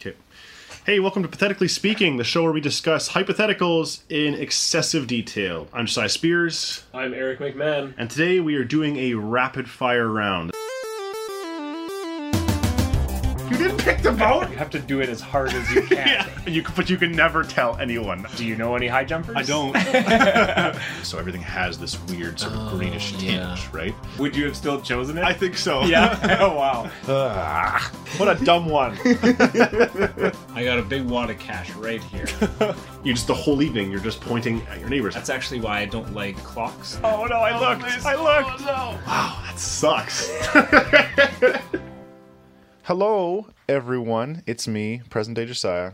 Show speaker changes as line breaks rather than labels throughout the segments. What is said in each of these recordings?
Okay. Hey, welcome to Pathetically Speaking, the show where we discuss hypotheticals in excessive detail. I'm Cy Spears,
I'm Eric McMahon.
and today we are doing a rapid fire round. You didn't pick the boat?
You have to do it as hard as you can.
You, but you can never tell anyone.
Do you know any high jumpers?
I don't. so everything has this weird sort of greenish tinge,
yeah.
right?
Would you have still chosen it?
I think so.
yeah. Oh wow.
Ah, what a dumb one.
I got a big wad of cash right here.
you just the whole evening you're just pointing at your neighbors.
That's actually why I don't like clocks.
Oh no! I looked. I looked.
Wow, that sucks.
Hello, everyone. It's me, present day Josiah.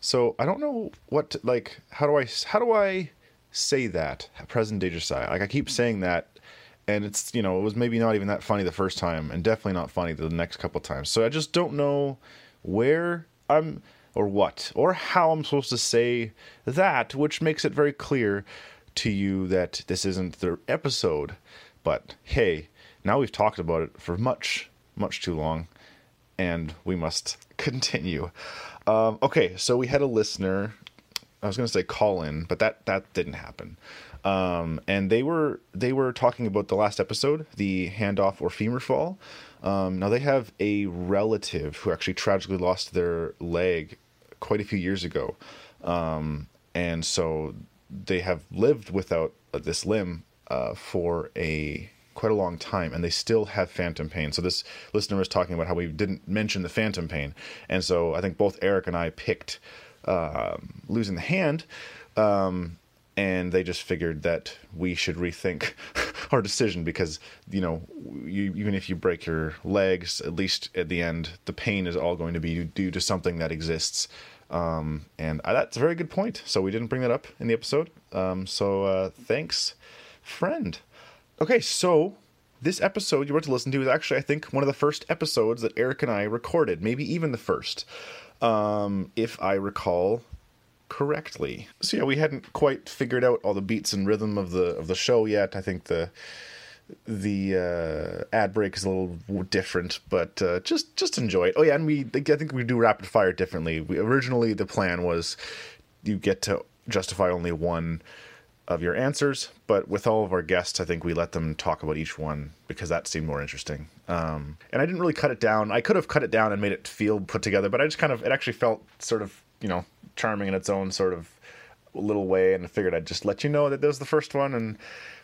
So I don't know what to, like. How do I how do I say that present day Josiah? Like I keep saying that, and it's you know it was maybe not even that funny the first time, and definitely not funny the next couple times. So I just don't know where I'm or what or how I'm supposed to say that, which makes it very clear to you that this isn't the episode. But hey, now we've talked about it for much much too long and we must continue. Um, okay, so we had a listener. I was going to say call in, but that that didn't happen. Um, and they were they were talking about the last episode, the handoff or femur fall. Um, now they have a relative who actually tragically lost their leg quite a few years ago, um, and so they have lived without this limb uh, for a quite a long time and they still have phantom pain. So this listener was talking about how we didn't mention the phantom pain, and so I think both Eric and I picked um losing the hand, um, and they just figured that we should rethink our decision because you know you, even if you break your legs, at least at the end, the pain is all going to be due to something that exists. Um, and I, that's a very good point. So we didn't bring that up in the episode. Um, so uh, thanks, friend. Okay, so this episode you're about to listen to is actually, I think, one of the first episodes that Eric and I recorded, maybe even the first, um, if I recall correctly. So yeah, we hadn't quite figured out all the beats and rhythm of the of the show yet. I think the the uh, ad break is a little w- different, but uh, just just enjoy it. Oh yeah, and we I think we do rapid fire differently. We, originally, the plan was you get to justify only one of your answers, but with all of our guests, I think we let them talk about each one because that seemed more interesting. Um, and I didn't really cut it down. I could have cut it down and made it feel put together, but I just kind of it actually felt sort of you know charming in its own sort of little way, and I figured I'd just let you know that that was the first one. And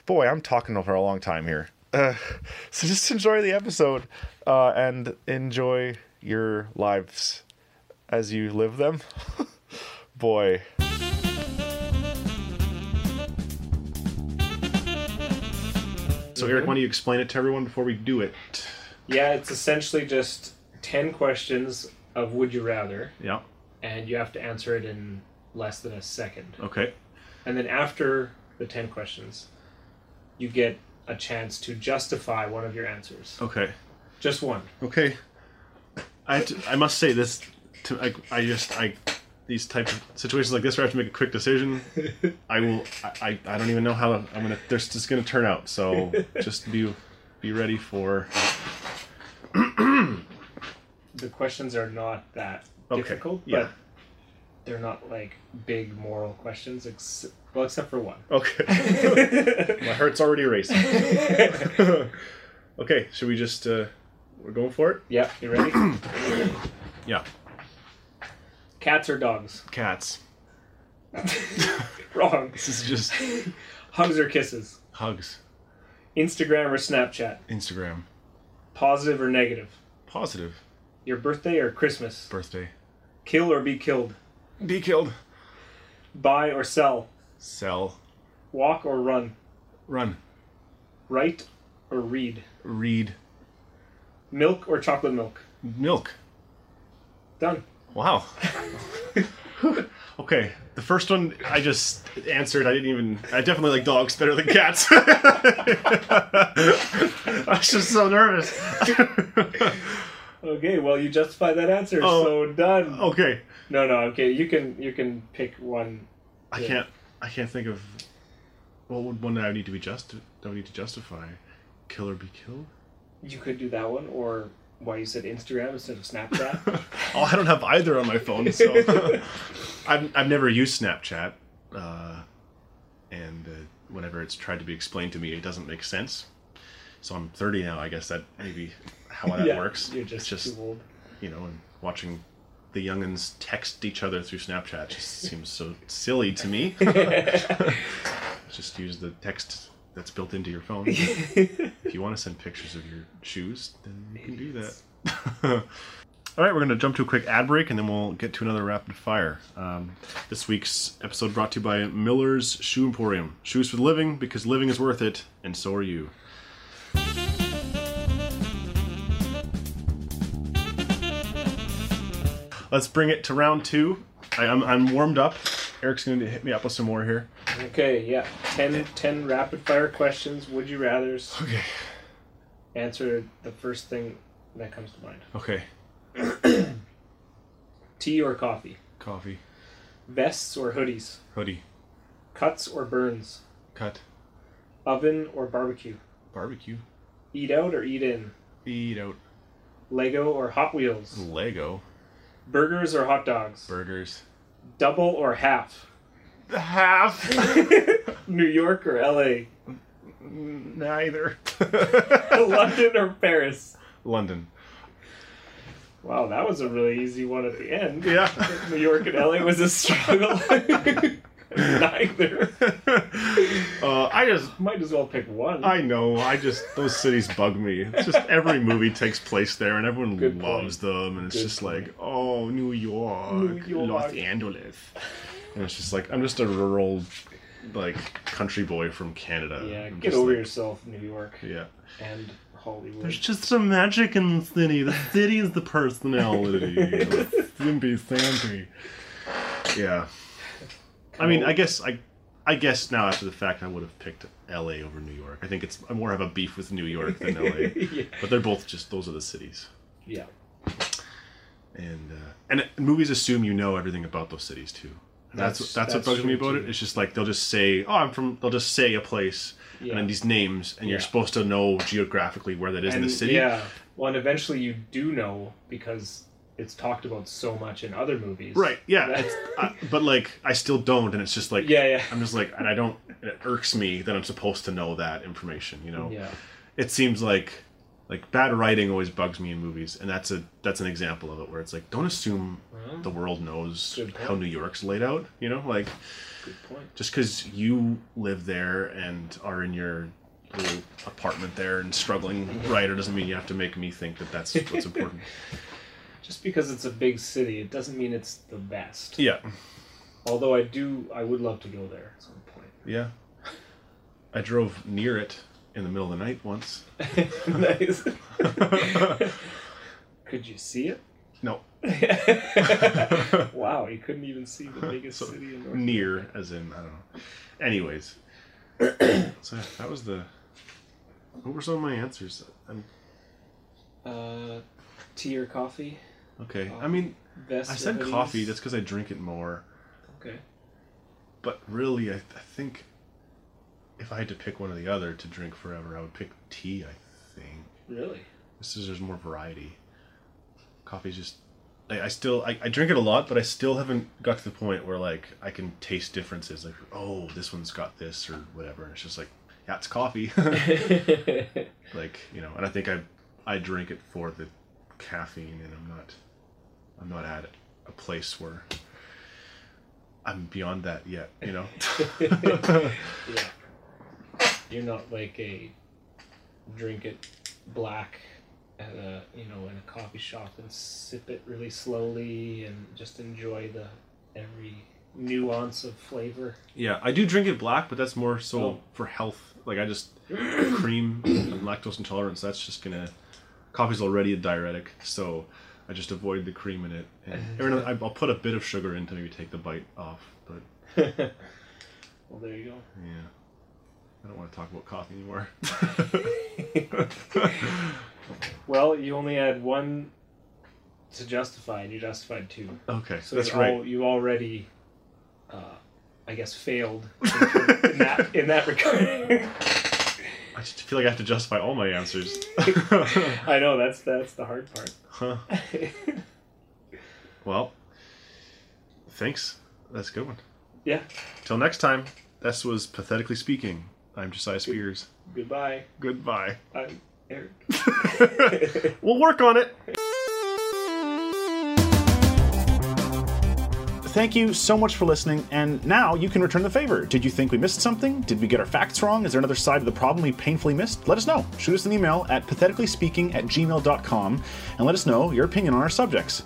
boy, I'm talking for a long time here. Uh, so just enjoy the episode uh, and enjoy your lives as you live them. boy.
so Eric, why don't you explain it to everyone before we do it?
Yeah, it's essentially just ten questions of would you rather,
Yeah.
and you have to answer it in less than a second.
Okay.
And then after the ten questions, you get a chance to justify one of your answers.
Okay.
Just one.
Okay. I have to, I must say this. To, I, I just I these type of situations like this where I have to make a quick decision. I will. I, I, I don't even know how I'm gonna. There's just gonna turn out. So just be be ready for.
the questions are not that
Okay,
difficult, but
yeah.
they're not like big moral questions, ex- well, except for one.
Okay. My heart's already racing. okay. Should we just? Uh, we're going for it.
yeah, you ready?
Yeah.
Cats or dogs?
Cats.
Wrong.
This is just
Hugs or kisses?
hugs.
Instagram or Snapchat?
Instagram.
Positive or negative?
Positive.
Your birthday or Christmas?
Birthday.
Kill or be killed?
Be killed.
Buy or sell?
Sell.
Walk or run?
Run.
Write or read?
Read.
Milk or chocolate milk?
Milk.
Done.
Wow. okay, the first one I just answered. I didn't even. I definitely like dogs better than cats. I was just so nervous.
Okay, well you justify that answer,
Oh.
so done.
okay,
No, no, okay, you can you can pick one.
I
Yeah.
can't. I can't think of what would one that I would need to be just. That would need to justify. Kill or be killed.
You could do that one or why you said Instagram instead of Snapchat.
Oh, I don't have either on my phone, so I've, I've never used Snapchat. Uh, and uh, whenever it's tried to be explained to me, it doesn't make sense. So I'm 30 now. I guess that maybe how that
Yeah,
works.
You're just,
It's just
too old.
you know, and watching the youngins text each other through Snapchat just seems so silly to me. just use the text that's built into your phone. if you want to send pictures of your shoes, then you can do that. All right, we're going to jump to a quick ad break and then we'll get to another rapid fire. Um, this week's episode brought to you by Miller's Shoe Emporium. Shoes for the living because living is worth it, and so are you. Let's bring it to round two. I, I'm, I'm warmed up. Eric's going to hit me up with some more here.
Okay, yeah. 10, 10 rapid fire questions. Would you rather's
Okay.
answer the first thing that comes to mind.
Okay.
Tea or coffee?
Coffee.
Vests or hoodies?
Hoodie.
Cuts or burns?
Cut.
Oven or barbecue?
Barbecue.
Eat out or eat in?
Eat out.
Lego or Hot Wheels?
Lego.
Burgers or hot dogs?
Burgers.
Double or half?
Half.
New York or LA?
Neither.
London or Paris?
London.
Wow, that was a really easy one at the end.
Yeah.
New York and LA was a struggle. Neither.
uh, I just,
Might as well pick one.
I know, I just, those cities bug me. It's just every movie takes place there and everyone
Good point.
loves them. And it's
Good
just like, oh, New York,
New York.
Los Angeles. And it's just like, I'm just a rural, like, country boy from Canada.
yeah,
I'm
get
just
over
like-
yourself, New York
Yeah.
and Hollywood.
There's just some magic in the city. The city is the personality. Simpy Sampy. Yeah. I mean, I guess I, I guess now after the fact, I would have picked L.A. over New York. I think it's I more have a beef with New York than L.A.
yeah.
but they're both just those are the cities.
yeah.
And uh, and movies assume you know everything about those cities too. And that's
That's-
that's, what
that's
bugs me
true,
about
too.
it. It's just like they'll just say, "Oh, I'm from." They'll just say a place
Yeah.
and then these names, and you're
Yeah.
supposed to know geographically where that is in the city.
Yeah. Well, and eventually you do know because it's talked about so much in other movies.
Right. Yeah.
That-
It's, I, but like, I still don't, and it's just like,
Yeah, yeah.
I'm just like, and I don't. and It irks me that I'm supposed to know that information. You know.
Yeah.
It seems like, like bad writing always bugs me in movies, and that's a that's an example of it where it's like, don't assume the world knows
Good point.
how New York's laid out. You know, like
Good point.
just because you live there and are in your little apartment there and struggling writer doesn't mean you have to make me think that that's what's important.
Just because it's a big city, it doesn't mean it's the best.
yeah.
Although I do, I would love to go there at some point.
Yeah. I drove near it in the middle of the night once.
nice. Could you see it?
No,
wow, you couldn't even see the biggest city in North.
near as in I don't know. Anyways, so that was the. What were some of my answers? Um, I'm,
Uh, tea or coffee?
okay, I mean
Vest
I
or
said
hoodies?
coffee. That's because I drink it more.
okay.
But really, I, I think if I had to pick one or the other to drink forever, I would pick tea. I think.
Really?
This is there's more variety. Coffee's just I, I still I, I drink it a lot, but I still haven't got to the point where like I can taste differences. Like oh, this one's got this or whatever. It's just like yeah, it's coffee. like you know, and I think I I drink it for the caffeine, and I'm not I'm not at a place where I'm beyond that yet. You know.
yeah. You're not like a drink it black at a you know in a coffee shop and sip it really slowly and just enjoy the every nuance of flavor.
Yeah, I do drink it black, but that's more so
Oh.
for health. Like I just cream and lactose intolerance. That's just gonna coffee's already a diuretic, so I just avoid the cream in it. And
Uh-huh.
every now- I'll put a bit of sugar in to maybe take the bite off, but
well, there you go.
yeah, I don't want to talk about coffee anymore.
Well, you only had one to justify, and you justified two.
okay,
So
that's
you're
right.
All, you already, uh, I guess, failed in that in that regard.
I just feel like I have to justify all my answers.
I know that's that's the hard part.
huh. Well, thanks. That's a good one.
yeah.
Till next time, this was Pathetically Speaking. I'm Josiah Spears.
Goodbye.
Goodbye.
I'm Uh, Eric.
We'll work on it.
Thank you so much for listening, and now you can return the favor. Did you think we missed something? Did we get our facts wrong? Is there another side of the problem we painfully missed? Let us know. Shoot us an email at pathetical-speaking at gmail.com and let us know your opinion on our subjects.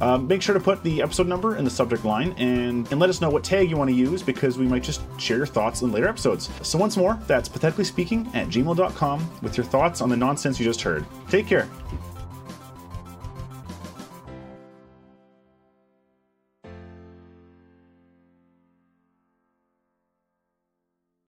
Um, make sure to put the episode number in the subject line and, and let us know what tag you want to use because we might just share your thoughts in later episodes. So, once more, that's pathetically speaking at gmail.com with your thoughts on the nonsense you just heard. Take care.